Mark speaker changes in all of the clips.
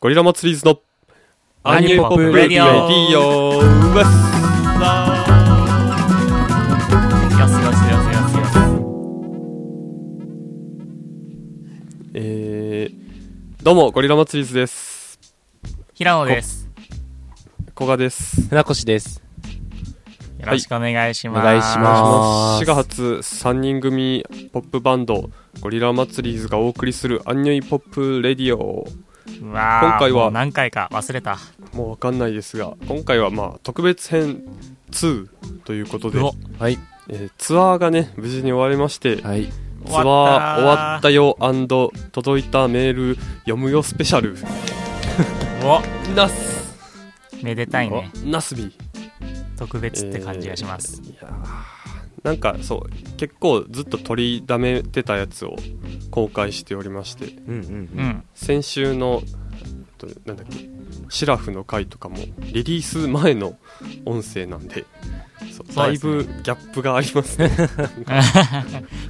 Speaker 1: ゴリラ祭りーズの
Speaker 2: アニポップレディ
Speaker 1: レデ
Speaker 2: オ
Speaker 1: ィオウエス
Speaker 2: よしよしよしよしよ
Speaker 1: えー、どうもゴリラ祭りーズです
Speaker 2: し平野です
Speaker 1: 古賀です
Speaker 3: 船越です。
Speaker 2: よろしくお願いします、
Speaker 3: お願いしま
Speaker 1: 4月3人組ポップバンドゴリラ祭りーズがお送りするアンニョイポップレディオ
Speaker 2: すわー
Speaker 1: 今回は
Speaker 2: もう何回か忘れた
Speaker 1: もうわかんないですが今回はまあ特別編2ということで
Speaker 2: うお、
Speaker 3: はい。
Speaker 1: えーツアーがね無事に終わりまして
Speaker 3: はい。
Speaker 1: ツアー終わったよ届いたメール読むよスペシャル
Speaker 2: お
Speaker 1: ナス
Speaker 2: めでたいね
Speaker 1: ナスビ
Speaker 2: 特別って感じがします、
Speaker 1: いやーなんかそう結構ずっと取りだめてたやつを公開しておりまして
Speaker 3: うんう
Speaker 2: うんん
Speaker 1: 先週のえっとなんだっけシラフの回とかもリリース前の音声なんでそう
Speaker 2: そ
Speaker 1: だ
Speaker 2: うで
Speaker 1: い
Speaker 2: すね
Speaker 1: ぶギャップがあります ね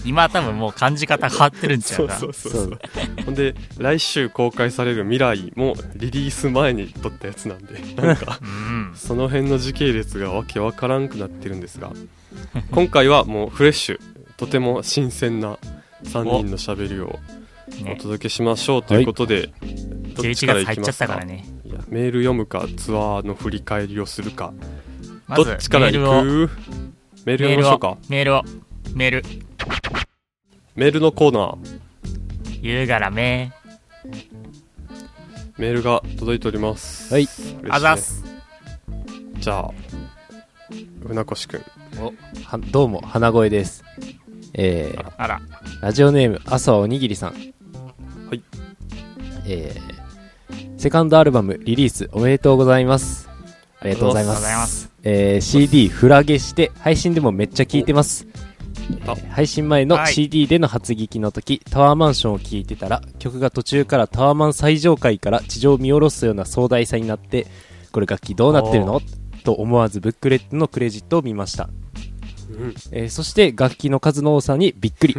Speaker 2: 今多分もう感じ方変わってるんちゃ
Speaker 1: そうう
Speaker 2: か
Speaker 1: そうそう
Speaker 3: そ
Speaker 1: そううほんで来週公開される「未来」もリリース前に撮ったやつ なんでなんか
Speaker 2: うん
Speaker 1: その辺の時系列がわけわからんくなってるんですが今回はもうフレッシュとても新鮮な3人のしゃべりをお
Speaker 2: ね
Speaker 1: 届けしましょうということで、どっち
Speaker 2: 11
Speaker 1: から
Speaker 2: 月
Speaker 1: い
Speaker 2: 入
Speaker 1: き
Speaker 2: っちゃ
Speaker 1: ま
Speaker 2: っ
Speaker 1: すか
Speaker 2: たからね
Speaker 1: いやメール読むかツアーの振り返りをするか、
Speaker 2: まず
Speaker 1: どっちからいく
Speaker 2: メ
Speaker 1: メ
Speaker 2: ー
Speaker 1: ー
Speaker 2: ルを
Speaker 1: ル読みましょうか
Speaker 2: メールをメール
Speaker 1: メールのコーナー
Speaker 2: 言うからめ
Speaker 1: メールが届いております
Speaker 3: はい
Speaker 1: 嬉しいね
Speaker 2: あざっす
Speaker 1: じゃあ船越くん
Speaker 3: はどうも、花声です。えー、
Speaker 2: あら
Speaker 3: ラジオネーム、朝はおにぎりさん。
Speaker 1: はい。
Speaker 3: えー、セカンドアルバムリリースおめでとうございます。ありがとうございま
Speaker 2: ありがとうご
Speaker 3: す。
Speaker 2: ざいます
Speaker 3: えー、CD フラゲして、配信でもめっちゃ聞いてます。
Speaker 1: あ
Speaker 3: 配信前の
Speaker 2: はい
Speaker 3: CD での初聞きの時、タワーマンションを聴いてたら曲が途中からタワーマン最上階から地上を見下ろすような壮大さになってこれ楽器どうなってるのと思わずブックレットのクレジットを見ました、
Speaker 1: うん
Speaker 3: えーそして楽器の数の多さにびっくり、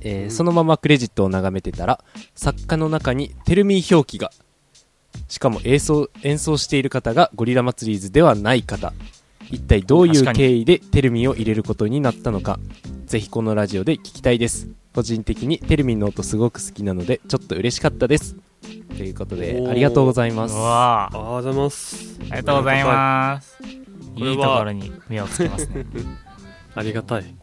Speaker 3: えーそのままクレジットを眺めてたら作家の中に「テルミー表記がしかも演奏演奏している方がゴリラ祭りーズではない方一体どうい
Speaker 2: 確
Speaker 3: う
Speaker 2: かに
Speaker 3: 経緯でテルミーを入れることになったのかぜひこのラジオで聞きたいです個人的にテルミーの音すごく好きなのでちょっと嬉しかったですということで
Speaker 1: おー
Speaker 3: ありがとうございます
Speaker 2: うわ
Speaker 1: あ
Speaker 2: ー
Speaker 1: りがとうございます
Speaker 2: ありがとうございます
Speaker 1: これはい
Speaker 2: いところに目をつ けますね
Speaker 1: ありがたい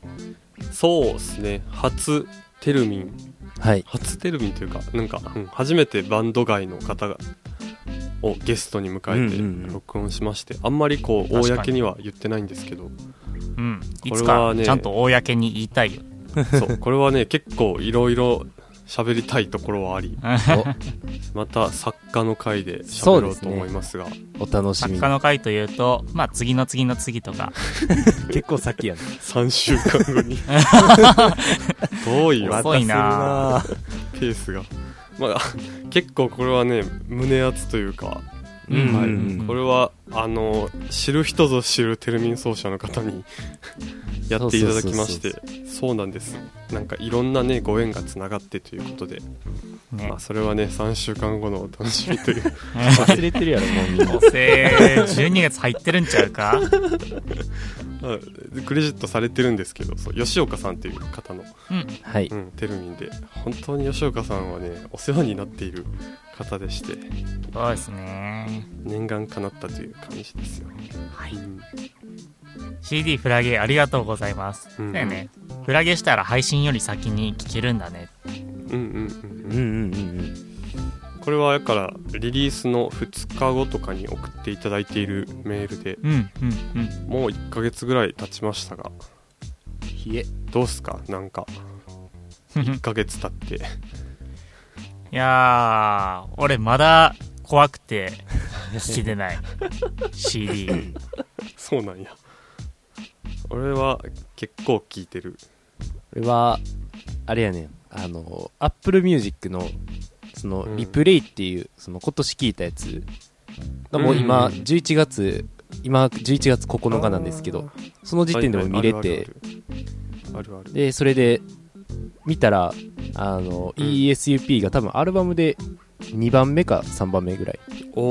Speaker 1: そうですね初テルミン
Speaker 3: はい
Speaker 1: 初テルミンというかなんか、うん初めてバンド外の方がをゲストに迎
Speaker 3: うんうん
Speaker 1: え
Speaker 3: う
Speaker 1: て
Speaker 3: ん
Speaker 1: 録音しまして、あんまりこう
Speaker 2: 確かに
Speaker 1: 公には言ってないんです けど
Speaker 2: うんいつ
Speaker 1: これは
Speaker 2: か
Speaker 1: ね
Speaker 2: ちゃんと公に言いたいよ
Speaker 1: そうこれはね結構いろいろ喋りたいところはありまた作家の回で喋ろうと思いますが
Speaker 3: お楽しみ
Speaker 2: 作
Speaker 3: に
Speaker 2: 家の回というと、まあ、次の次の次 とか、
Speaker 3: 結構先やね
Speaker 1: 3週間後 に遠いよ
Speaker 2: 遅いな
Speaker 3: ぁ
Speaker 1: ペースが、まあ、結構これはね胸熱というか、
Speaker 3: うんうんうん
Speaker 1: はい、これはあの知る人ぞ知るテルミン奏者の方に やっていただきまして
Speaker 3: そう
Speaker 1: そうなんですなんかいろんなねご縁がつながってということで、
Speaker 2: ね
Speaker 1: まあ、、それはね3週間後のお楽しみと いう
Speaker 3: 忘れてるやろもうみんな
Speaker 2: おせー12月入ってるんちゃうか
Speaker 1: まあクレジットされてるんですけどそう吉岡さんという方の、
Speaker 2: うん、
Speaker 3: はい
Speaker 1: うん、テルミンで本当に吉岡さんはねお世話になっている方でして
Speaker 2: そうですね。
Speaker 1: 念願かなったという感じですよ。
Speaker 2: はい
Speaker 1: うん
Speaker 2: CD フラゲありがとうございます。
Speaker 1: うん
Speaker 2: だよね。フラゲしたら配信より先に聞けるんだね。
Speaker 1: うんうんうん
Speaker 3: うんうんうんうん
Speaker 1: これはだからリリースの2日後とかに送っていただいているメールで
Speaker 2: うん、うん、うん。
Speaker 1: もう1ヶ月ぐらい経ちましたがどうっすかなんか1ヶ月経って
Speaker 2: いやー、俺まだ怖くて聞けてない。CD。
Speaker 1: そうなんや俺は結構聞いてる
Speaker 3: これはあれやねんあの Apple Music のその
Speaker 1: うん
Speaker 3: リプレイっていう、その今年聞いたやつがもう今
Speaker 1: うん
Speaker 3: 11月、今11月9日なんですけどその時点でも見れて、
Speaker 1: はいはいあるあるあるあるある
Speaker 3: でそれで見たらあの、
Speaker 1: うん
Speaker 3: ESUP が多分アルバムで2番目か3番目ぐらいっ
Speaker 1: お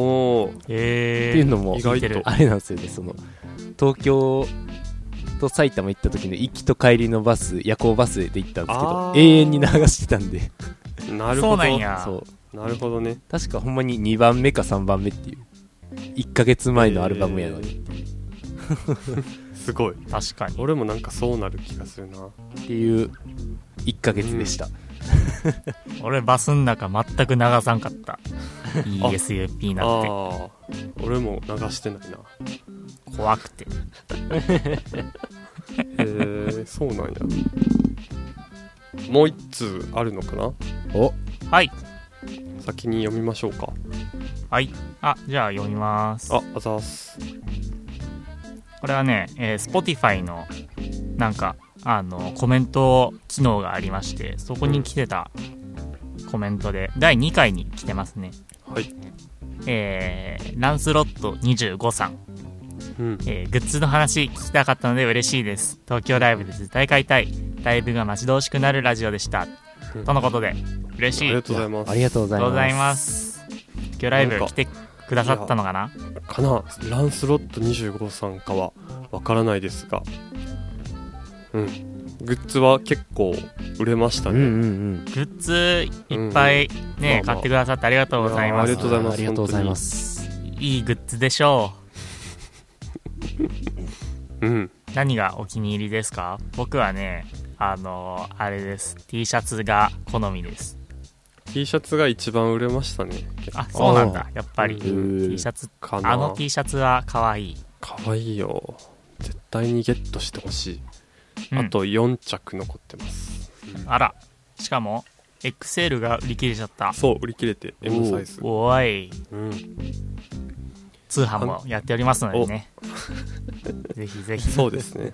Speaker 1: お
Speaker 2: えー、
Speaker 3: ていうのも
Speaker 1: 意
Speaker 2: 聞
Speaker 1: 外
Speaker 2: いてる
Speaker 1: と
Speaker 3: あれなんですよねその東京と埼玉行った時の行きと帰りのバス夜行バスで行ったんですけど
Speaker 1: あー
Speaker 3: 永遠に流してたんで
Speaker 1: なる
Speaker 2: そ
Speaker 1: ほ
Speaker 2: うなん
Speaker 1: ど
Speaker 2: や
Speaker 3: そう
Speaker 1: なるほどね
Speaker 3: 確かほんまに2番目か3番目っていう1ヶ月前のアルバムやのに
Speaker 1: すごい
Speaker 2: 確かに
Speaker 1: 俺もなんかそうなる気がするな
Speaker 3: っていう1ヶ月でした、
Speaker 2: 俺バスん中全く流さんかった ESUP
Speaker 1: あ
Speaker 2: なん
Speaker 1: あー俺も流してないな
Speaker 2: て怖くて
Speaker 1: へえそうなんやもう一通あるのかな
Speaker 3: お
Speaker 2: はい
Speaker 1: 先に読みましょうか
Speaker 2: はいあじゃあ読みます
Speaker 1: ああざーす
Speaker 2: これはね、えー Spotify のなんかあのコメント機能がありましてそこに来てたコメントで第2回に来てますね
Speaker 1: はい
Speaker 2: えーランスロット25さん、
Speaker 1: うん
Speaker 2: えーグッズの話聞きたかったので嬉しいです東京ライブで絶対買いたいライブが待ち遠しくなるラジオでした
Speaker 1: うん
Speaker 2: とのことで嬉
Speaker 1: あ
Speaker 2: しい
Speaker 1: り
Speaker 2: あ
Speaker 1: が
Speaker 2: り
Speaker 1: とうございます
Speaker 3: ありがとうござ
Speaker 2: が
Speaker 3: い
Speaker 2: と
Speaker 3: ま
Speaker 2: う
Speaker 3: す
Speaker 2: ございます東京ライブ来てくださったのかな
Speaker 1: かなランスロット25さんかはわからないですがうんグッズは結構売れました
Speaker 3: うんう
Speaker 1: ね、
Speaker 3: んうん
Speaker 2: グッズいっぱいね、
Speaker 1: まあまあ
Speaker 2: 買ってくださってありがとうございま
Speaker 1: あ
Speaker 2: す
Speaker 1: りがとうございます
Speaker 3: ありがとうございます
Speaker 2: いいグッズでしょ
Speaker 1: うん
Speaker 2: う何がお気に入りですか僕はねあのあれです T シャツが好みです
Speaker 1: T シャツが一番売れましたね
Speaker 2: あそうなんだやっぱり
Speaker 1: う
Speaker 2: T シャツ
Speaker 1: かな
Speaker 2: あの T シャツは可愛い、
Speaker 1: かわいいよ絶対にゲットしてほしい、
Speaker 2: うん
Speaker 1: あと4着残ってます、
Speaker 2: あらしかも XL が売り切れちゃった
Speaker 1: そう売り切れて M サイズ
Speaker 2: おーい
Speaker 1: うん、
Speaker 2: 通販もやっておりますのでねぜひぜひ
Speaker 1: そうですね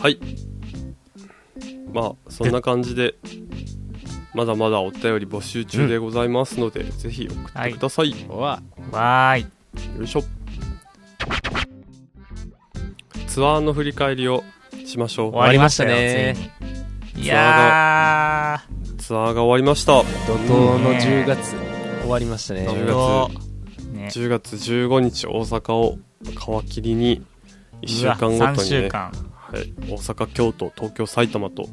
Speaker 1: はいまあそんな感じでまだまだお便り募集中でございますので、ぜひ送ってください、
Speaker 3: わ
Speaker 2: わーい
Speaker 1: よいしょツアーの振り返りをしましょ
Speaker 2: 終わりました
Speaker 3: 終わ
Speaker 2: ね
Speaker 3: りまし
Speaker 2: いや
Speaker 1: うツアーが終わりました
Speaker 3: 怒涛の10月終わりましたね
Speaker 2: ー
Speaker 1: 10
Speaker 2: ちょうどね
Speaker 1: 10月15日大阪を皮切りに1週間ご
Speaker 2: うわ
Speaker 1: と
Speaker 2: 3
Speaker 1: に
Speaker 2: 週
Speaker 1: ね、
Speaker 2: 間
Speaker 1: はい、大阪京都東京埼玉と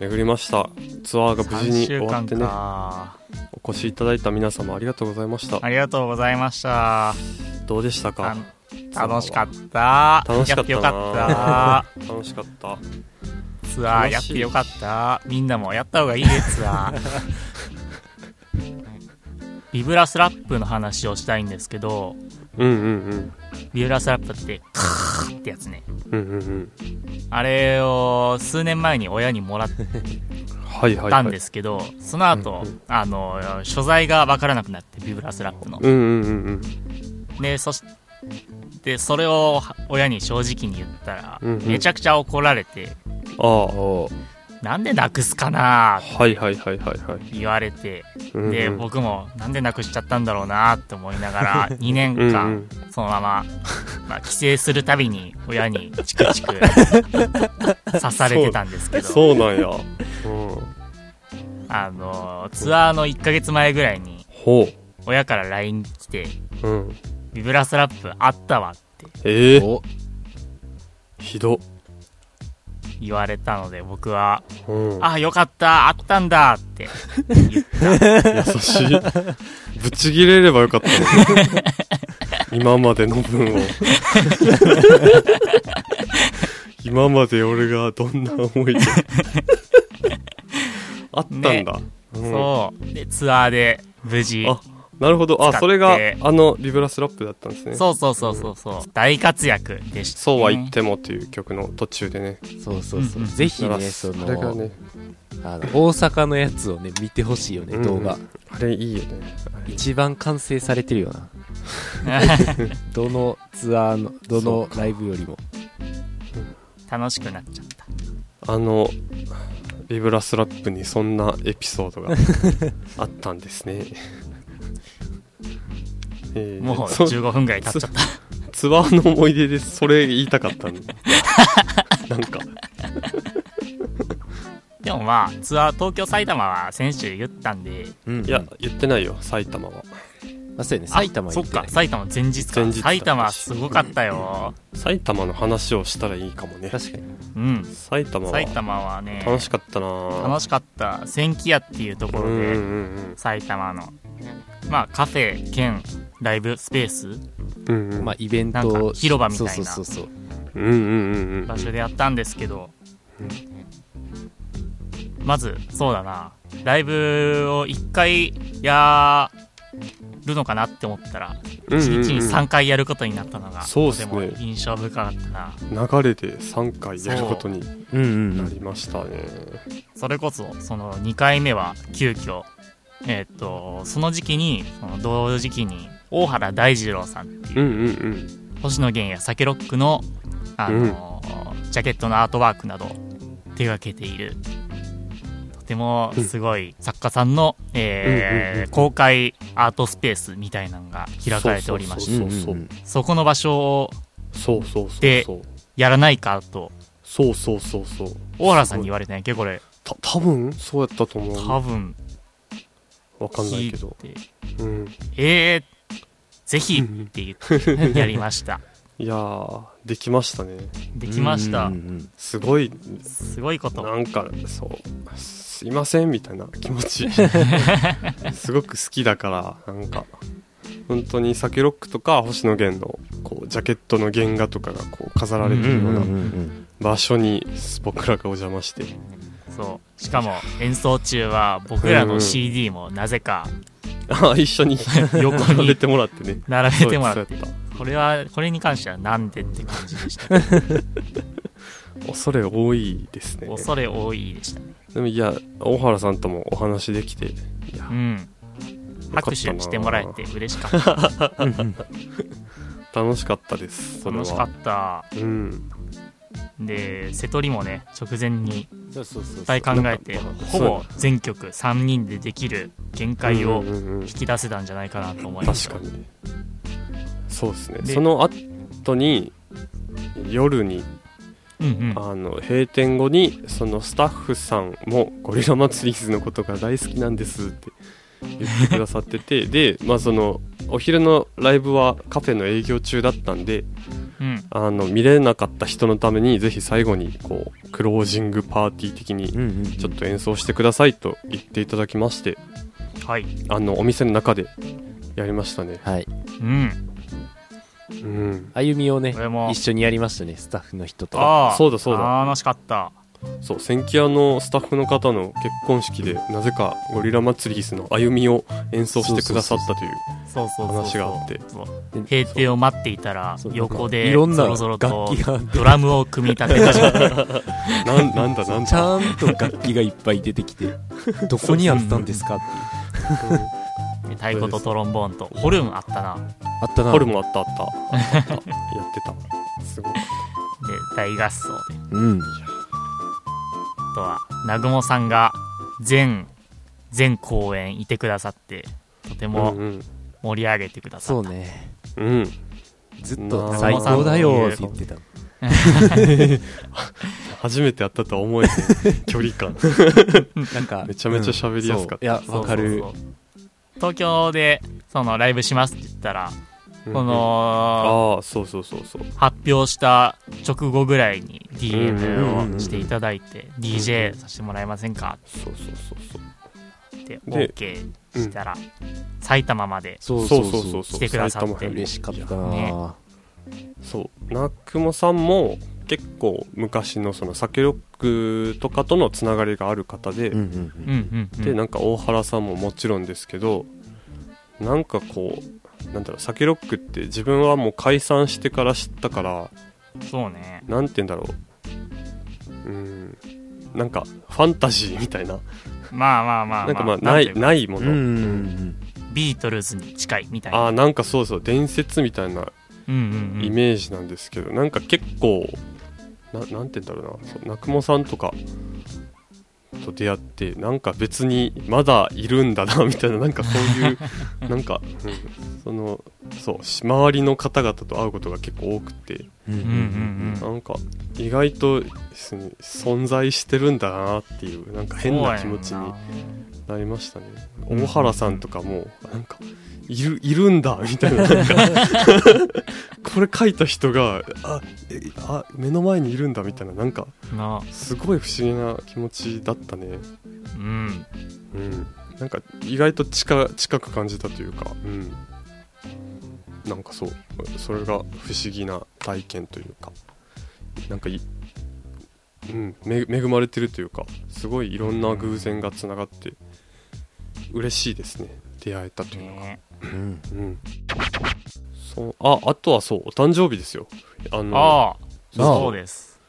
Speaker 1: 巡りましたツアーが無事
Speaker 2: 3
Speaker 1: に
Speaker 2: 週
Speaker 1: 終わっ
Speaker 2: 間
Speaker 1: てね
Speaker 2: か
Speaker 1: お越しいただいた皆様ありがとうございました
Speaker 2: ありがとうございました
Speaker 1: どうでした
Speaker 2: た
Speaker 1: か
Speaker 2: 楽しかった
Speaker 1: 楽しか
Speaker 2: や
Speaker 1: っな
Speaker 2: ったてよか っ
Speaker 1: 楽しかった
Speaker 2: たツアーやってよかったみんなもやった方がいい ねツアービブラスラップの話をしたいんですけど
Speaker 1: うんうん
Speaker 2: ビブラスラップって カーってやつね
Speaker 1: うんうんうんうん
Speaker 2: あれを数年前に親にもらっ
Speaker 1: はいはい
Speaker 2: た
Speaker 1: はい
Speaker 2: んですけど、その後、
Speaker 1: うんう
Speaker 2: あの所在が分からなくなってビブラスラップの、
Speaker 1: うんうんうん
Speaker 2: でそしでそれを親に正直に言ったら、
Speaker 1: うんうん
Speaker 2: めちゃくちゃ怒られて
Speaker 1: ああ
Speaker 3: お
Speaker 2: なんでなくすかなーっ
Speaker 1: はいはいはいはいはい
Speaker 2: て言われて、
Speaker 1: うんうん
Speaker 2: で僕もなんでなくしちゃったんだろうなーって思いなが ら2年間
Speaker 1: うん
Speaker 2: そのまま、まあ、帰省するたびに親にチク チク刺されてたんですけど
Speaker 1: そうなんや、うん、
Speaker 2: あのツアーの1ヶ月前ぐらいに
Speaker 1: ほ
Speaker 2: 親から LINE 来て
Speaker 1: う、うん、
Speaker 2: 「ビブラスラップあったわ」って
Speaker 1: ええ
Speaker 3: お
Speaker 1: ひど、
Speaker 2: 言われたので僕は
Speaker 1: うん
Speaker 2: 「、あよかったあったんだ」って言って
Speaker 1: 優しいぶち切れればよかった のに今までの分を今まで俺がどんな思いであったんだ、
Speaker 2: ね
Speaker 1: うん
Speaker 2: そうでツアーで無事
Speaker 1: あなるほどあ
Speaker 2: 使って
Speaker 1: それがあのビブラスラップだったんですね
Speaker 2: そうそうそうそうそう大活躍でした、ね、
Speaker 1: そうは言ってもという曲の途中でね
Speaker 3: そうそうそう、
Speaker 2: うんうん
Speaker 3: ぜひ
Speaker 1: だか
Speaker 3: ね
Speaker 1: ら
Speaker 3: その
Speaker 1: あれがね
Speaker 3: あの大阪のやつをね見てほしいよね、
Speaker 1: うん
Speaker 3: 動画
Speaker 1: あれいいよね
Speaker 3: 一番完成されてるよなどのツアーのど
Speaker 1: そう
Speaker 3: のライブよりも
Speaker 2: 楽しくなっちゃった
Speaker 1: あのビブラスラップにそんなエピソード があったんですね、えー
Speaker 2: もう
Speaker 1: そ
Speaker 2: 15分ぐらい経っちゃった
Speaker 1: ツアーの思い出で それ言いたかったんでなんか
Speaker 2: でもまあツアー東京埼玉は先週言ったんで
Speaker 3: うんうん
Speaker 1: いや、言ってないよ、埼玉は。
Speaker 3: まあ、そうやね
Speaker 2: あ
Speaker 3: 埼玉
Speaker 2: そ
Speaker 3: 行
Speaker 2: って
Speaker 3: な
Speaker 2: か
Speaker 3: い
Speaker 2: 埼玉前日か
Speaker 1: 前日だ
Speaker 2: 埼玉すごかったよ
Speaker 1: 埼玉の話をしたらいいかもね。
Speaker 3: 確かに
Speaker 2: うん
Speaker 1: 埼玉は
Speaker 2: 埼玉はね
Speaker 1: 楽しかったなぁ
Speaker 2: 楽しかった千木屋っていうとこ
Speaker 1: うん
Speaker 2: ろ
Speaker 1: うんう
Speaker 2: で
Speaker 1: ん
Speaker 2: 埼玉のまあカフェ兼ライブスペース
Speaker 1: うんうん
Speaker 3: まあイベント
Speaker 2: なん
Speaker 3: を
Speaker 2: か広場みたいな
Speaker 3: そうそうそうそう
Speaker 1: うんうんうんうん
Speaker 2: 場所でやったんですけど
Speaker 1: うん
Speaker 2: まずそうだなライブを1回やるのかなって思ったら
Speaker 1: うんうんうん
Speaker 2: 1日に3回やることになったのが
Speaker 1: そうっ
Speaker 2: と
Speaker 1: す
Speaker 2: て
Speaker 1: ね
Speaker 2: も印象深かったな
Speaker 1: 流れで3回やることに
Speaker 3: うんうんう
Speaker 1: なんりましたね
Speaker 2: それこそその2回目は急遽えーっとその時期にその同時期に大原大二郎さんっていう
Speaker 1: うんうんうん
Speaker 2: 星野源や酒ロックの、あのジャケットのアートワークなどを手がけているとてもすごい作家さんの、え
Speaker 1: う
Speaker 2: ー
Speaker 1: んうんうん
Speaker 2: 公開アートスペースみたいなのが開かれておりましてそ
Speaker 1: そうそう
Speaker 2: この場所を
Speaker 1: そうそうそう
Speaker 2: で
Speaker 1: そう
Speaker 2: やらないかと
Speaker 1: そうそうそうそう
Speaker 2: 大原さんに言
Speaker 1: わ
Speaker 2: われてないっけこれ
Speaker 1: た多分そうやったと思
Speaker 2: 多
Speaker 1: う
Speaker 2: 分
Speaker 1: わかんな
Speaker 2: 聞
Speaker 1: い
Speaker 2: い
Speaker 1: けど
Speaker 2: て
Speaker 1: うん
Speaker 2: えー、ぜひって言ってやりました
Speaker 1: いやーできましたね
Speaker 2: できました
Speaker 3: うんうん
Speaker 1: すごい
Speaker 2: すごいこと
Speaker 1: なんかそうすいませんみたいな気持ち すごく好きだからなんか本当に酒ロックとか星野源のこうジャケットの原画とかがこう飾られて
Speaker 3: う
Speaker 1: る
Speaker 3: ん
Speaker 1: よ
Speaker 3: う
Speaker 1: うん
Speaker 3: う
Speaker 1: なん
Speaker 3: うん
Speaker 1: 場所に僕らがお邪魔して
Speaker 2: そうしかも演奏中は僕らの CD もなぜか
Speaker 1: ああ一緒 に
Speaker 2: 横に
Speaker 1: 並べてもらって ね
Speaker 2: 並べてもらって
Speaker 1: そうやった
Speaker 2: これはこれに関してはなんでって感じでした
Speaker 1: 恐れ多いですね
Speaker 2: 恐れ多いでしたね
Speaker 1: でもいや大原さんともお話できていや
Speaker 2: うん拍手してもらえて嬉しかった
Speaker 1: 楽しかったですそれは
Speaker 2: 楽しかった
Speaker 1: うん
Speaker 2: で瀬戸りもね直前に
Speaker 3: そうそうそう
Speaker 2: いっぱい考えて
Speaker 1: なんか
Speaker 2: ほぼ全曲3人でできる限界を
Speaker 1: うんうんうんうん
Speaker 2: 引き出せたんじゃないかなと思います
Speaker 1: 確かにそうですね
Speaker 2: で
Speaker 1: その後に夜に
Speaker 2: にうんうん
Speaker 1: あの閉店後にそのスタッフさんも「ゴリラ祭りズのことが大好きなんです」って言ってくださっててでまあそのお昼のライブはカフェの営業中だったんで
Speaker 2: うん
Speaker 1: あの見れなかった人のためにぜひ最後にこうクロージングパーティー的に
Speaker 3: うんうんうん
Speaker 1: ちょっと演奏してくださいと言っていただきまして
Speaker 2: はい
Speaker 1: あのお店の中でやりましたね。
Speaker 3: はい
Speaker 2: うん
Speaker 1: うん
Speaker 3: 歩みをね
Speaker 2: これも
Speaker 3: 一緒にやりましたねスタッフの人と
Speaker 2: ああ
Speaker 1: そうだそうだ
Speaker 2: 楽しかった
Speaker 1: そう千木屋のスタッフの方の結婚式でなぜかゴリラ祭りスの歩みを演奏してくださったという
Speaker 2: そうそうそう
Speaker 1: 話
Speaker 2: そう
Speaker 1: があって
Speaker 2: そう閉店を待っていたら
Speaker 3: そう
Speaker 2: 横
Speaker 3: なんか
Speaker 2: で
Speaker 3: い
Speaker 2: ぞ
Speaker 3: ろんな
Speaker 2: ろぞろと
Speaker 3: 楽器があって
Speaker 2: ドラムを組み立て始めて
Speaker 1: なんなんだ なん
Speaker 3: ち
Speaker 1: だ
Speaker 3: ゃんと楽器がいっぱい出てき てどこにあったんですかっていう
Speaker 2: で太鼓とトロンボーンとホルンあったなで
Speaker 3: あったな
Speaker 1: ホルモンあったあったあったあったやってたすごい
Speaker 2: 大合奏で
Speaker 3: うん
Speaker 2: あとは南雲さんが全全公演いてくださってとて
Speaker 1: う
Speaker 2: も
Speaker 1: ん
Speaker 2: 盛り上げてくださ
Speaker 3: そ
Speaker 2: っ
Speaker 3: う
Speaker 2: た、
Speaker 3: ね
Speaker 1: うん、うん、
Speaker 3: ずっ
Speaker 1: な
Speaker 3: と
Speaker 1: あ
Speaker 3: 最高だよって言ってた
Speaker 1: 初めてやったとは思えない距離感
Speaker 3: なんか
Speaker 1: めちゃめちゃ喋りやすかった
Speaker 3: うんそういやわかる
Speaker 2: そうそうそう東京でそのライブしますって言ったら、
Speaker 1: こ
Speaker 2: この
Speaker 1: ああそうそうそうそう
Speaker 2: 発表した直後ぐらいに
Speaker 1: うんうんうん
Speaker 2: DM
Speaker 1: う
Speaker 2: を
Speaker 1: ん
Speaker 2: していただいて DJ させてもらえませんか
Speaker 1: そうそうそう
Speaker 2: って
Speaker 1: で
Speaker 2: OK したら埼玉まで
Speaker 3: そ
Speaker 1: そ
Speaker 3: うそうう
Speaker 1: そ
Speaker 3: そうう
Speaker 1: そ
Speaker 3: そうう
Speaker 1: そう
Speaker 2: 来てくださって
Speaker 1: 埼玉編も
Speaker 3: 嬉しかった
Speaker 2: ね
Speaker 3: な
Speaker 1: そうナクモさんも結構昔のその酒ロックとかとのつながりがある方で、
Speaker 3: うんうん
Speaker 2: うんうんうん
Speaker 1: でなんか大原さんももちろんですけどなんかこうなんだろう酒ロックって自分はもう解散してから知ったから
Speaker 2: そうね
Speaker 1: なんて言うんだろううんなんかファンタジーみたいな
Speaker 2: まあまあまあ
Speaker 1: なんかまあ
Speaker 2: ん
Speaker 1: な
Speaker 2: てい
Speaker 1: いう
Speaker 2: か
Speaker 1: ないも
Speaker 3: う
Speaker 1: の、
Speaker 3: ん
Speaker 2: ビートルズに近いみたい
Speaker 1: あ
Speaker 2: な
Speaker 1: あなんかそうそう伝説みたいな
Speaker 2: うんうんうん
Speaker 1: イメージなんですけど、なんか結構ななんて言うんだろうなそう南雲さんとかと出会ってなんか別にまだいるんだな みたいななんかそういう なんか、うん、そのそうし周りの方々と会うことが結構多くて
Speaker 3: うん
Speaker 2: うんうん
Speaker 1: なんか意外とす存在してるんだなっていうなんか変な気持ちになりましたね
Speaker 2: うん
Speaker 1: 大原さんとかもなんかいるいるんだみたい ななんかこれ書いた人があえあ目の前にいるんだみたいななんか
Speaker 2: な
Speaker 1: すごい不思議な気持ちだったね
Speaker 2: うん
Speaker 1: うんなんか意外と近近く感じたというかうんなんかそうそれが不思議な体験というかなんかいうん、め恵まれてるというかすごいいろんな偶然がつながって嬉しいですね出会えたというのが、
Speaker 2: ね
Speaker 3: うん
Speaker 1: うん、そうああとはそうお誕生日ですよあの
Speaker 2: ああ
Speaker 3: なあ
Speaker 2: そ うです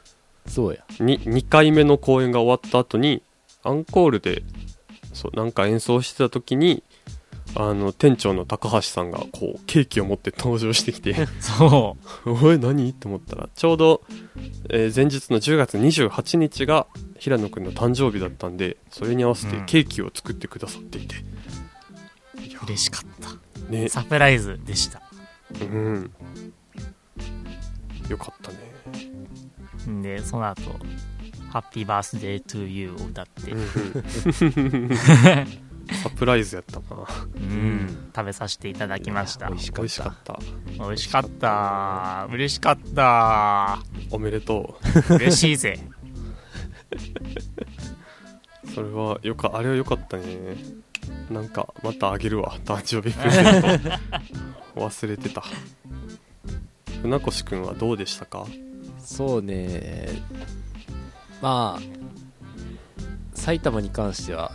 Speaker 3: そうや
Speaker 1: に2回目の公演が終わった後にアンコールでそうなんか演奏してた時にあの店長の高橋さんがこうケーキを持って登場してきて
Speaker 2: そ
Speaker 1: 「おい何?」って思ったらちょうど、えー前日の10月28日が平野くんの誕生日だったんでそれに合わせてケーキを作ってくださっていて、いや
Speaker 2: う嬉しかっ
Speaker 1: ね
Speaker 2: たサプライズでした
Speaker 1: うんよかったね
Speaker 2: んでその後ハッピーバースデートゥーユーを歌って、
Speaker 1: うんうん サプライズやったな
Speaker 2: うん食べさせていただきました
Speaker 3: い
Speaker 2: 美
Speaker 3: や
Speaker 1: 美味しかった
Speaker 2: 味しかった嬉しかった
Speaker 1: おめでと
Speaker 2: 嬉しいぜ
Speaker 1: うそれはよかあれは良かったねなんかまたあげるわ誕生日プレゼント忘れてた船越くんはどうでしたか
Speaker 3: そうねまあ埼玉に関しては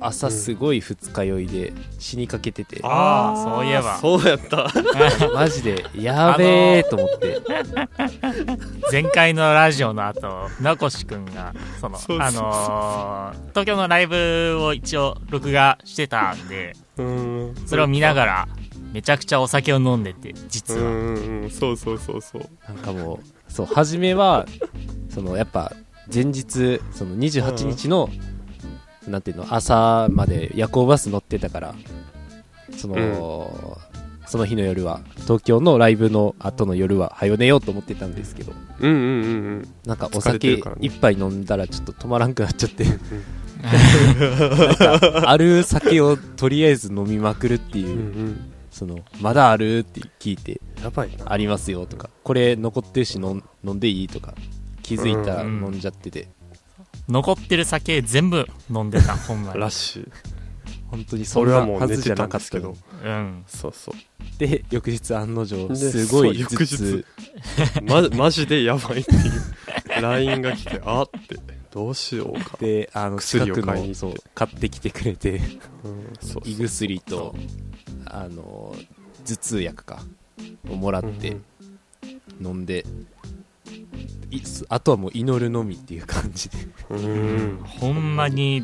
Speaker 3: 朝すごい二日酔いで死にかけてて、
Speaker 2: あー
Speaker 1: ー
Speaker 2: そういえば
Speaker 1: そうやった
Speaker 3: マジでやべえと思って、
Speaker 2: 前回のラジオの後名越くんがその
Speaker 1: そうそうそう
Speaker 2: あのー東京のライブを一応録画してたんで
Speaker 1: うーん
Speaker 2: それを見な
Speaker 1: ら
Speaker 2: がらめちゃくちゃお酒を飲んでて実
Speaker 1: う
Speaker 2: は
Speaker 1: んうんそうそうそうそう
Speaker 3: なんかもうそう初めはそのやっぱ前日その28日の、なんていうの朝まで夜行バス乗ってたからその、その日の夜は東京のライブの後の夜は早寝ようと思ってたんですけど
Speaker 1: うんうんうんうん
Speaker 3: なんかお
Speaker 1: 疲れて
Speaker 3: 酒
Speaker 1: るからね
Speaker 3: 一杯飲んだらちょっと止まらんくなっちゃってなんかある酒をとりあえず飲みまくるっていうう、
Speaker 1: んうん
Speaker 3: そのまだあるって聞いて
Speaker 1: やばいな
Speaker 3: ありますよとかこれ残ってるし飲ん飲んでいいとか気づいたら
Speaker 2: うん
Speaker 3: 飲んじゃってて、
Speaker 2: 残ってる酒全部飲ん でたほんまに
Speaker 1: ラッシュ
Speaker 3: 本当にそ
Speaker 1: そ
Speaker 3: ん
Speaker 1: れ
Speaker 3: な
Speaker 1: はも
Speaker 3: は
Speaker 1: う寝
Speaker 3: ずじ
Speaker 1: て
Speaker 3: ゃ
Speaker 1: た
Speaker 3: なんか
Speaker 1: で
Speaker 3: っ
Speaker 1: す
Speaker 3: た
Speaker 1: け
Speaker 3: の
Speaker 1: ど
Speaker 2: うん
Speaker 1: そうそう
Speaker 3: で翌日案の定
Speaker 1: です
Speaker 3: ごい
Speaker 1: そう
Speaker 3: 頭
Speaker 1: 翌
Speaker 3: 痛
Speaker 1: 日 まマジでやばいっていう LINE が来てあってどうしようか
Speaker 3: であの近
Speaker 1: 薬を
Speaker 3: く
Speaker 1: 買いに行って
Speaker 3: のそう買ってきてくれて
Speaker 1: うんそうそう
Speaker 3: 胃薬とあの頭痛薬かをもらって
Speaker 1: うん
Speaker 3: 飲んで、いあとはもう祈るのみっていう感じで
Speaker 1: うん
Speaker 2: ほんまに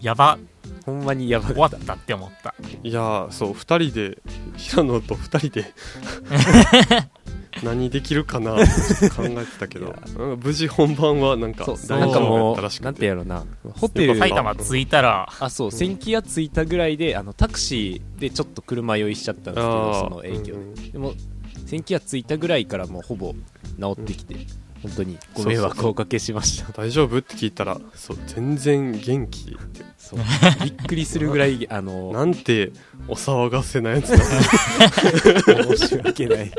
Speaker 2: やば
Speaker 3: ほんまにやば
Speaker 2: 終
Speaker 3: か
Speaker 2: わ
Speaker 3: っ
Speaker 2: ったたって思った
Speaker 1: いやーそう2人で平野と2人で何できるかなってちょっと考えてたけど
Speaker 3: いや
Speaker 1: なんか無事本番はなんか
Speaker 3: そう
Speaker 1: 大丈
Speaker 3: なん
Speaker 2: う
Speaker 3: か
Speaker 1: 夫だ
Speaker 3: も
Speaker 1: ったらし
Speaker 3: うな
Speaker 1: く
Speaker 3: んて
Speaker 1: て
Speaker 3: やろうなホテル
Speaker 1: やっぱ
Speaker 2: 埼玉着いたら
Speaker 3: あそう千気がついたぐらいであのタクシーでちょっと車酔いしちゃったんですけど
Speaker 1: あー
Speaker 3: その影響で、
Speaker 1: うん
Speaker 3: でも千気がついたぐらいからもうほぼ治ってきて、本当にご迷惑をおかけしました
Speaker 1: 大丈夫って聞いたらそう全然元気って
Speaker 3: そうびっくりするぐらいあの
Speaker 1: なんてお騒がせなやつだ
Speaker 3: 申し訳ない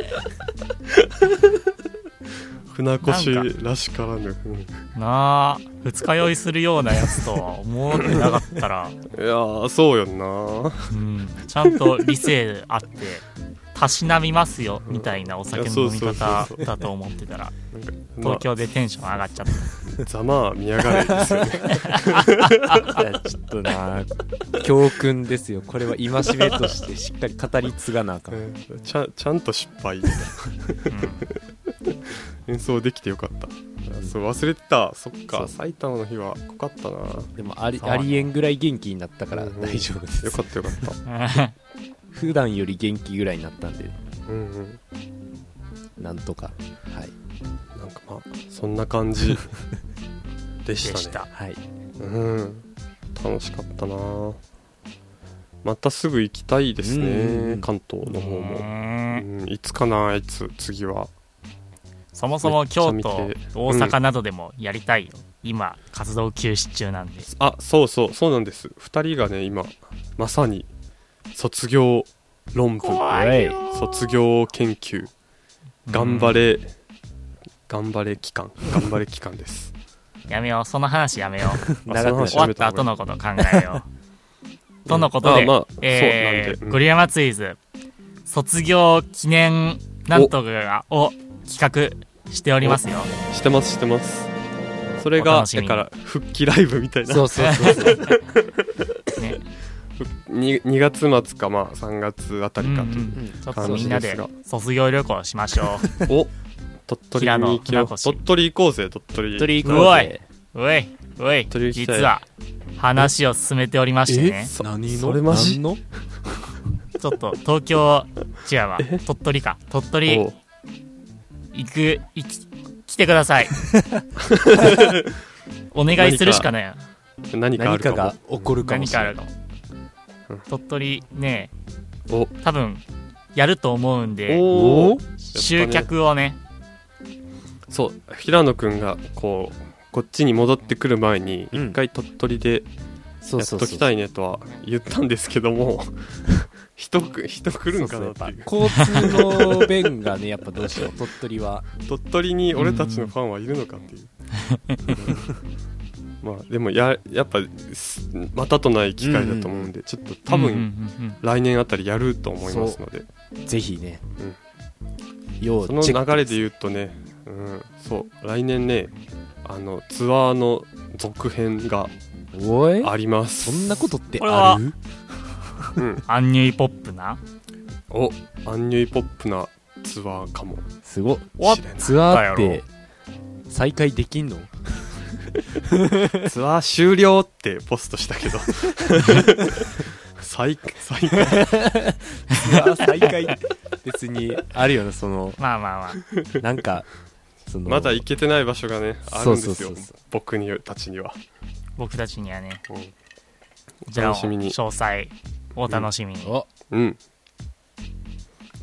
Speaker 1: 船
Speaker 2: なん
Speaker 1: 越らしからぬ、うんい
Speaker 2: なあ二日酔いするようなやつとは思ってなかったら、
Speaker 1: やーそうよんな
Speaker 2: うん、ちゃんと理性あってたしなみますよみたいなお酒の飲み方だと思って たら
Speaker 1: なんか
Speaker 2: 東京でテンション上がっちゃった
Speaker 1: ざまあ見やがれですよね
Speaker 3: いやちょっとな教訓ですよこれは戒めとしてしっかり語り継がなあかん、
Speaker 1: うんちゃちゃんと失敗
Speaker 2: うん
Speaker 1: 演奏できてよかったそう忘れてたそっか
Speaker 3: そう
Speaker 1: 埼玉の日は濃かったなよ
Speaker 3: でもあり
Speaker 2: そう
Speaker 3: ありえんぐらい元気になったから
Speaker 1: うん
Speaker 3: 大丈夫です
Speaker 1: かったよかった
Speaker 3: 普段より元気ぐらいになったんで
Speaker 1: うんうん
Speaker 3: なんとかはい
Speaker 1: なんかまあそんな感じで
Speaker 2: で
Speaker 1: したね
Speaker 2: した
Speaker 3: はい
Speaker 1: うん楽しかったなまたすぐ行きたいです
Speaker 3: う
Speaker 1: ね
Speaker 3: ん
Speaker 1: 関東の方も、う
Speaker 2: ねえ
Speaker 1: ん、いつかないつ次は
Speaker 2: そもそも京
Speaker 1: めっちゃ
Speaker 2: 都
Speaker 1: 見て
Speaker 2: 大阪などでもやりたいよ、今活動休止中なん で
Speaker 1: あそうそうそうなんです2人がね今まさに卒業論文
Speaker 3: いよ
Speaker 1: 卒業研究頑張れ、頑張れ期間頑張れ期間です
Speaker 2: やめようその話やめよう
Speaker 1: あ
Speaker 3: 長くな
Speaker 1: そ
Speaker 3: る
Speaker 2: 終わった後
Speaker 1: の
Speaker 2: のこと考えようとのことで、
Speaker 1: あまあそう
Speaker 2: え
Speaker 1: なん
Speaker 2: ー
Speaker 1: でうん
Speaker 2: ゴリラマツイズ卒業記念なんとかがを企画しておりますよ
Speaker 1: 話してますしてますそれ
Speaker 2: お
Speaker 1: が
Speaker 2: 楽しみ
Speaker 1: だ
Speaker 2: に
Speaker 1: から復帰ライブみたいな
Speaker 3: そうそうそうそう
Speaker 2: ね、
Speaker 1: に 2, 月末かまあ3月あた
Speaker 2: う
Speaker 1: り
Speaker 2: んう、
Speaker 1: かというん
Speaker 2: ちょっと
Speaker 1: 感
Speaker 2: みん
Speaker 1: じ
Speaker 2: な
Speaker 1: です
Speaker 2: で
Speaker 1: が
Speaker 2: 卒業旅行しましょ
Speaker 1: お鳥取に行き
Speaker 2: 平野
Speaker 1: よ
Speaker 2: 船
Speaker 1: う
Speaker 2: 越
Speaker 1: 鳥取行こうぜ鳥取
Speaker 3: 鳥行
Speaker 2: う
Speaker 3: こう
Speaker 2: わ
Speaker 3: ぜ
Speaker 2: い おいおい
Speaker 1: 取り行き
Speaker 2: 実
Speaker 1: たい
Speaker 2: は話を進めておりましてね
Speaker 1: そ
Speaker 3: 何の
Speaker 1: それマジ
Speaker 3: 何の
Speaker 2: ちょっと東京違うわ鳥取か鳥取
Speaker 1: おう
Speaker 2: 行く行き来てくだ さいお願いするしかないよ
Speaker 1: 何かあ
Speaker 3: 何
Speaker 1: るか
Speaker 3: か
Speaker 1: も
Speaker 3: が起こるかも
Speaker 2: 何
Speaker 3: し
Speaker 2: か
Speaker 3: れ
Speaker 2: あ
Speaker 3: な
Speaker 2: る
Speaker 3: い
Speaker 2: の鳥取ね
Speaker 1: お
Speaker 2: 多分やると思うんで
Speaker 1: おお
Speaker 2: 集客をね
Speaker 1: そう平野くんがこうこっちに戻ってくる前に
Speaker 3: うん
Speaker 1: 一回鳥取で
Speaker 3: そ
Speaker 1: や
Speaker 3: う
Speaker 1: っ
Speaker 3: そう
Speaker 1: とき
Speaker 3: そ
Speaker 1: た
Speaker 3: う
Speaker 1: いねとは言ったんですけども人く人来るのかなっていう
Speaker 3: 交通の便がねやっぱどうしよう鳥取は
Speaker 1: 鳥取に俺たちのファンはいるのかっていう、 まあでもややっぱすまたとない機会だと思うんで、ちょっと多分、
Speaker 2: うんうん
Speaker 1: 来年あたりやると思いますので
Speaker 3: ぜひね
Speaker 1: うん
Speaker 3: 要
Speaker 1: その
Speaker 3: チェック
Speaker 1: 流れで言うとね、うん、そう来年ねあのツアーの続編が
Speaker 3: おい
Speaker 1: あります
Speaker 3: そんなことって
Speaker 2: これは
Speaker 3: ある
Speaker 1: うん
Speaker 2: アンニュイポップな
Speaker 1: おアンニュイポップなツアーかも
Speaker 3: すごっ
Speaker 1: しれ
Speaker 3: ツアーって再開できんの
Speaker 1: ないツアー終了ってポストした けど最最高
Speaker 3: ツアー 再開別にあるよなその
Speaker 2: まあまあまあ
Speaker 3: なんかそ の
Speaker 1: まだ行けてない場所がねあるんですよ
Speaker 3: そうそうそうそ
Speaker 1: 僕にたちには、
Speaker 2: 僕たちにはね
Speaker 1: う
Speaker 2: じゃあ
Speaker 1: 楽しみに
Speaker 2: 詳細お楽しみに
Speaker 3: お
Speaker 1: ん、うん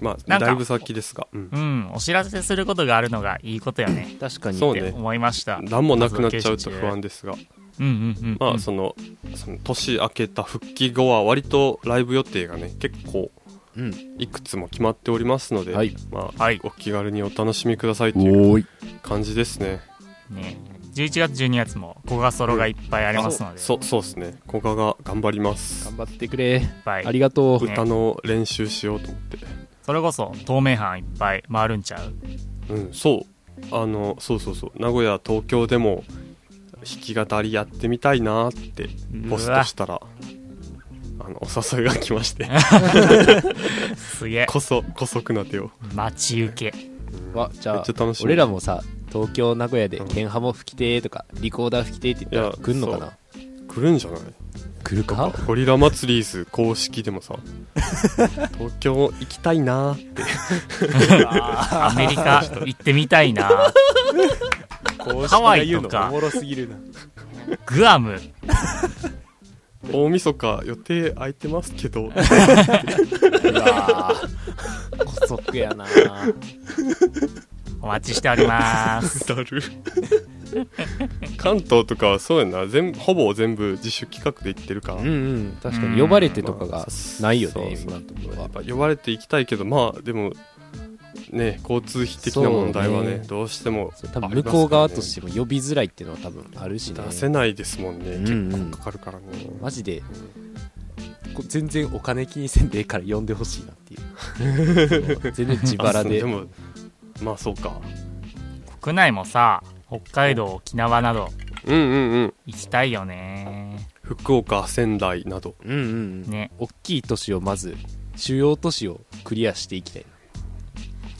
Speaker 1: ま
Speaker 2: な
Speaker 1: あ
Speaker 2: んか
Speaker 1: だいぶ先ですが、うん
Speaker 2: うんお知らせすることがあるのがいいことよね
Speaker 3: 確かに
Speaker 1: そう
Speaker 2: っ
Speaker 1: ね
Speaker 2: て思いました
Speaker 1: 何もなくなっちゃうと不安ですが
Speaker 2: うんうんうん
Speaker 1: まあそのその年明けた復帰後は割とライブ予定がね結構
Speaker 3: うん
Speaker 1: いくつも決まっておりますので、
Speaker 3: はい
Speaker 1: まあ
Speaker 2: はい
Speaker 1: お気軽にお楽しみくださいという
Speaker 3: おーい
Speaker 1: 感じですね
Speaker 2: ね11月12月も古賀ソロがいっぱいありますので、
Speaker 1: そうそうですね古賀が頑張ります
Speaker 3: 頑張ってくれ
Speaker 2: いっぱい
Speaker 3: ありがとう
Speaker 2: ね
Speaker 1: 歌の練習しようと思って
Speaker 2: それこそ透明版いっぱい回るんちゃう
Speaker 1: うんそうあのそうそうそう名古屋東京でも弾き語りやってみたいなってポストしたらあのお誘いが来まして
Speaker 2: すげえ
Speaker 1: こそこそくな手を
Speaker 2: 待ち受け
Speaker 3: わじゃ
Speaker 1: め
Speaker 3: あ
Speaker 1: っちゃ楽しみ
Speaker 3: 俺らもさ東京名古屋で
Speaker 1: うん
Speaker 3: 剣ハモ吹きてーとかリコーダー吹きてーって言っ
Speaker 1: い
Speaker 3: たら
Speaker 1: や
Speaker 3: 来んのかな
Speaker 1: 来るんじゃない
Speaker 3: 来るか
Speaker 1: ゴリラ祭りーズ公式でもさ東京行きたいな
Speaker 2: アメリカ行ってみたい なハワイとか
Speaker 3: おもろすぎるな
Speaker 2: グアム
Speaker 1: 大晦日予定空いてますけど
Speaker 3: うわー古速やなー
Speaker 2: お待ちしております
Speaker 1: だる関東とかはそうやな全部ほぼ全部自主企画で行ってるから、
Speaker 3: うん
Speaker 1: や
Speaker 3: うん確かに呼ばれてとかがないよ
Speaker 1: ま
Speaker 3: ね
Speaker 1: あそう
Speaker 3: 今のところは
Speaker 1: っぱ呼ばれて行きたいけどまあでもね交通費的な問題はね
Speaker 3: そうね
Speaker 1: どうしても
Speaker 3: そう多分向こう側としても呼びづらいっていうのは多分あるしね
Speaker 1: 出せないですもんね、
Speaker 3: うんうん
Speaker 1: 結構かかるからね
Speaker 3: マジでこ全然お金気にせんでええから呼んでほしいなっていう 全然自腹
Speaker 1: あ
Speaker 3: で
Speaker 1: そうもまあそうか
Speaker 2: 国内もさ北海道沖縄など
Speaker 1: うんうんうん
Speaker 2: 行きたいよね
Speaker 1: 福岡仙台など
Speaker 3: うんうん、
Speaker 2: ね
Speaker 3: 大きい都市をまず主要都市をクリアしていきたいな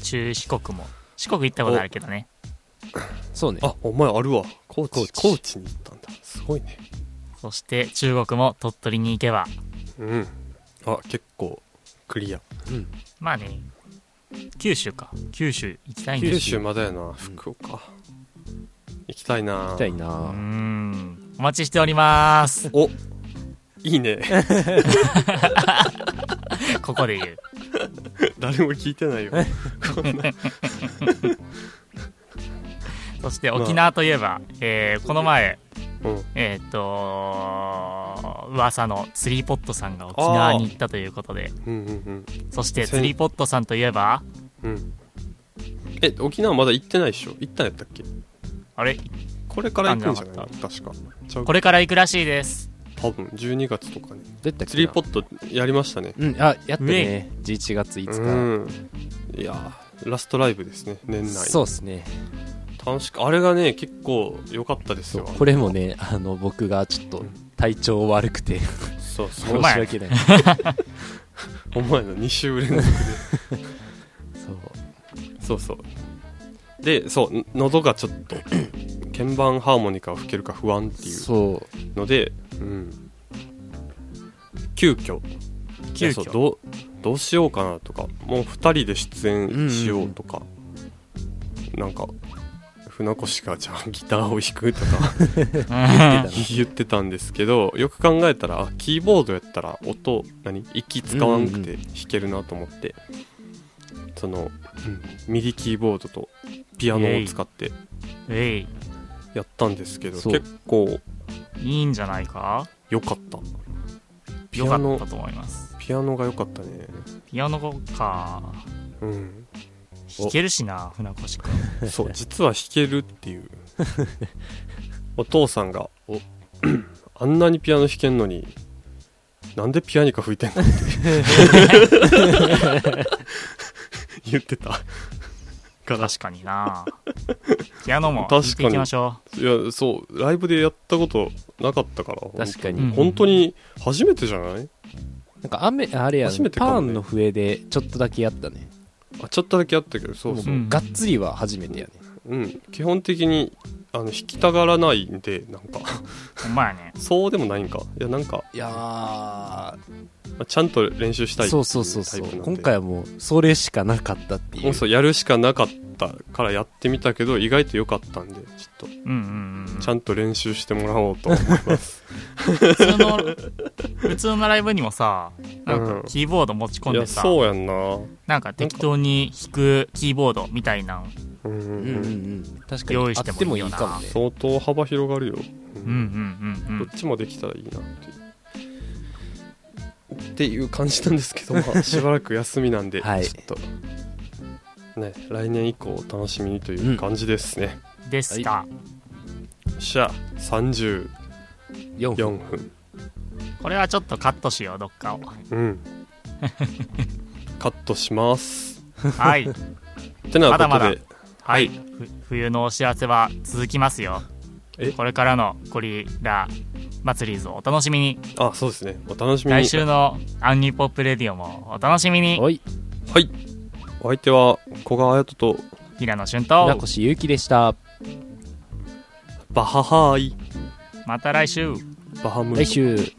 Speaker 2: 中四国も四国行ったことあるけどね
Speaker 3: そうね
Speaker 1: あお前あるわ高知
Speaker 3: 高
Speaker 1: 高
Speaker 3: 知
Speaker 1: 知に行ったんだすごいね
Speaker 2: そして中国も鳥取に行けば
Speaker 1: うんあ結構クリア
Speaker 3: うん
Speaker 2: まあね九州か九州行きたいんだ
Speaker 1: 九州まだやな福岡、行きたいな
Speaker 3: 行きたいう
Speaker 2: ー
Speaker 3: なん
Speaker 2: お待ちしております。
Speaker 1: おいいね
Speaker 2: ここで言う。
Speaker 1: 誰も聞いてないよ
Speaker 2: そして沖縄といえば、えーこの前、
Speaker 1: うん
Speaker 2: えーっ、と噂のツリーポットさんが沖縄に行ったということで、
Speaker 1: うんうん
Speaker 2: そしてツリーポットさんといえば、
Speaker 1: うんうんえ沖縄まだ行ってないでしょ行ったんやったっけ
Speaker 2: あれ、
Speaker 1: これから行くんじゃない
Speaker 2: あ
Speaker 1: の
Speaker 2: な
Speaker 1: 確かちゃう
Speaker 2: これから行くらしい です。
Speaker 1: 多分12月とかに
Speaker 3: どうやったっけな
Speaker 1: ツリーポットやりましたね
Speaker 3: うんあやったね11月5
Speaker 1: う
Speaker 3: 日
Speaker 1: んいやーラストライブですね年内
Speaker 3: そうですね
Speaker 1: 楽しくあれがね結構良かったです
Speaker 3: そう
Speaker 1: よ
Speaker 3: これもねあの僕がちょっと体調悪くて
Speaker 1: そうそう
Speaker 3: 申し
Speaker 2: まい
Speaker 3: 訳ない
Speaker 1: お前の2週連続で
Speaker 3: そう
Speaker 1: そうそうでそうん喉がちょっと 鍵盤ハーモニカを吹けるか不安っていう
Speaker 3: そう
Speaker 1: のでうん急遽い
Speaker 2: 急
Speaker 1: やそう
Speaker 2: 遽。
Speaker 1: どうどうしようかなとかもう2人で出演しようとか、なんか船越がじゃあギターを弾くとか
Speaker 3: 言ってた
Speaker 1: 言ってたんですけどよく考えたらあキーボードやったら音何息使わんくて弾けるなと思って、その、うんミディキーボードとピアノを使って
Speaker 2: えい、
Speaker 1: やったんですけど
Speaker 3: そう
Speaker 1: 結構
Speaker 2: いいんじゃないか
Speaker 1: 良かったピ
Speaker 2: よか
Speaker 1: ア
Speaker 2: っ
Speaker 1: ノ
Speaker 2: たと思います。
Speaker 1: ピアノが良かったね
Speaker 2: ピアノか。
Speaker 1: うん
Speaker 2: 弾けるしな、船越くん。
Speaker 1: そう 実は弾けるっていうお父さんがお あんなにピアノ弾けんのになんでピアニカ吹いてんのって 言ってたから
Speaker 2: 確かにな。ピアノも
Speaker 1: 確かに
Speaker 2: 弾いていきましょ
Speaker 1: いやそうライブでやったことなかったから
Speaker 3: 確かに
Speaker 2: うん
Speaker 1: 本当に初めてじゃない
Speaker 3: なんか雨あれやね
Speaker 1: 初めてかもね
Speaker 3: パンの笛でちょっとだけやったね
Speaker 1: あちょっとだけやったけどそう
Speaker 3: も
Speaker 1: そうう、
Speaker 2: ん
Speaker 3: がっつりは初めてやね
Speaker 1: うん、基本的にあの弾きたがらないんでなんか
Speaker 2: う。ほんまやね。
Speaker 1: そうでもないんかいやなんか
Speaker 3: いやー
Speaker 1: まあちゃんと練習したいってい
Speaker 3: そうそうそうそう
Speaker 1: タイプなんで
Speaker 3: 今回はもうそれしかなかったってい
Speaker 1: も
Speaker 3: う
Speaker 1: うそうやるしかなかったからやってみたけど意外と良かったんでちょっと
Speaker 2: うんうんうん。
Speaker 1: ちゃんと練習してもらおうと思います、
Speaker 2: 普通の普通のライブにもさなん
Speaker 1: うん
Speaker 2: かキーボード持ち込ん
Speaker 1: い
Speaker 2: で
Speaker 1: や
Speaker 2: さ、
Speaker 1: そうやんな
Speaker 2: なんか適当に弾くキーボードみたいなの
Speaker 1: うんう
Speaker 3: うんん
Speaker 1: う
Speaker 3: う
Speaker 1: ん
Speaker 3: うんん確かに
Speaker 2: 用意
Speaker 3: あ
Speaker 2: し
Speaker 3: って
Speaker 2: も
Speaker 3: てもい
Speaker 2: いいよ
Speaker 3: い
Speaker 2: な
Speaker 3: かもね
Speaker 1: 相当幅広がるよ、う
Speaker 2: うんうんうんう
Speaker 1: どっ
Speaker 2: ん
Speaker 1: ちもできたらいいなっていうっていう感じなんですけど、まあ、しばらく休みなんで、
Speaker 3: はい
Speaker 1: ちょっとね来年以降お楽しみにという感じですね、
Speaker 2: でした、
Speaker 1: よっしゃ34
Speaker 3: 4分
Speaker 1: 分
Speaker 2: これはちょっとカットしようどっかを
Speaker 1: うんカットします
Speaker 2: はい
Speaker 1: てなことで
Speaker 2: まだまだはい、
Speaker 1: い
Speaker 2: ふ冬のお知らせは続きますよ
Speaker 1: え
Speaker 2: これからのゴリラ祭りズをお楽しみに
Speaker 1: あそうですねお楽しみに
Speaker 2: 来週のアンニポップレディオもお楽しみに
Speaker 3: おい
Speaker 1: はい。お相手は古賀綾人と
Speaker 2: 平野俊
Speaker 3: 村
Speaker 2: と
Speaker 3: 越祐希でした
Speaker 1: バハハイ
Speaker 2: また来週
Speaker 1: バハムー
Speaker 3: 来週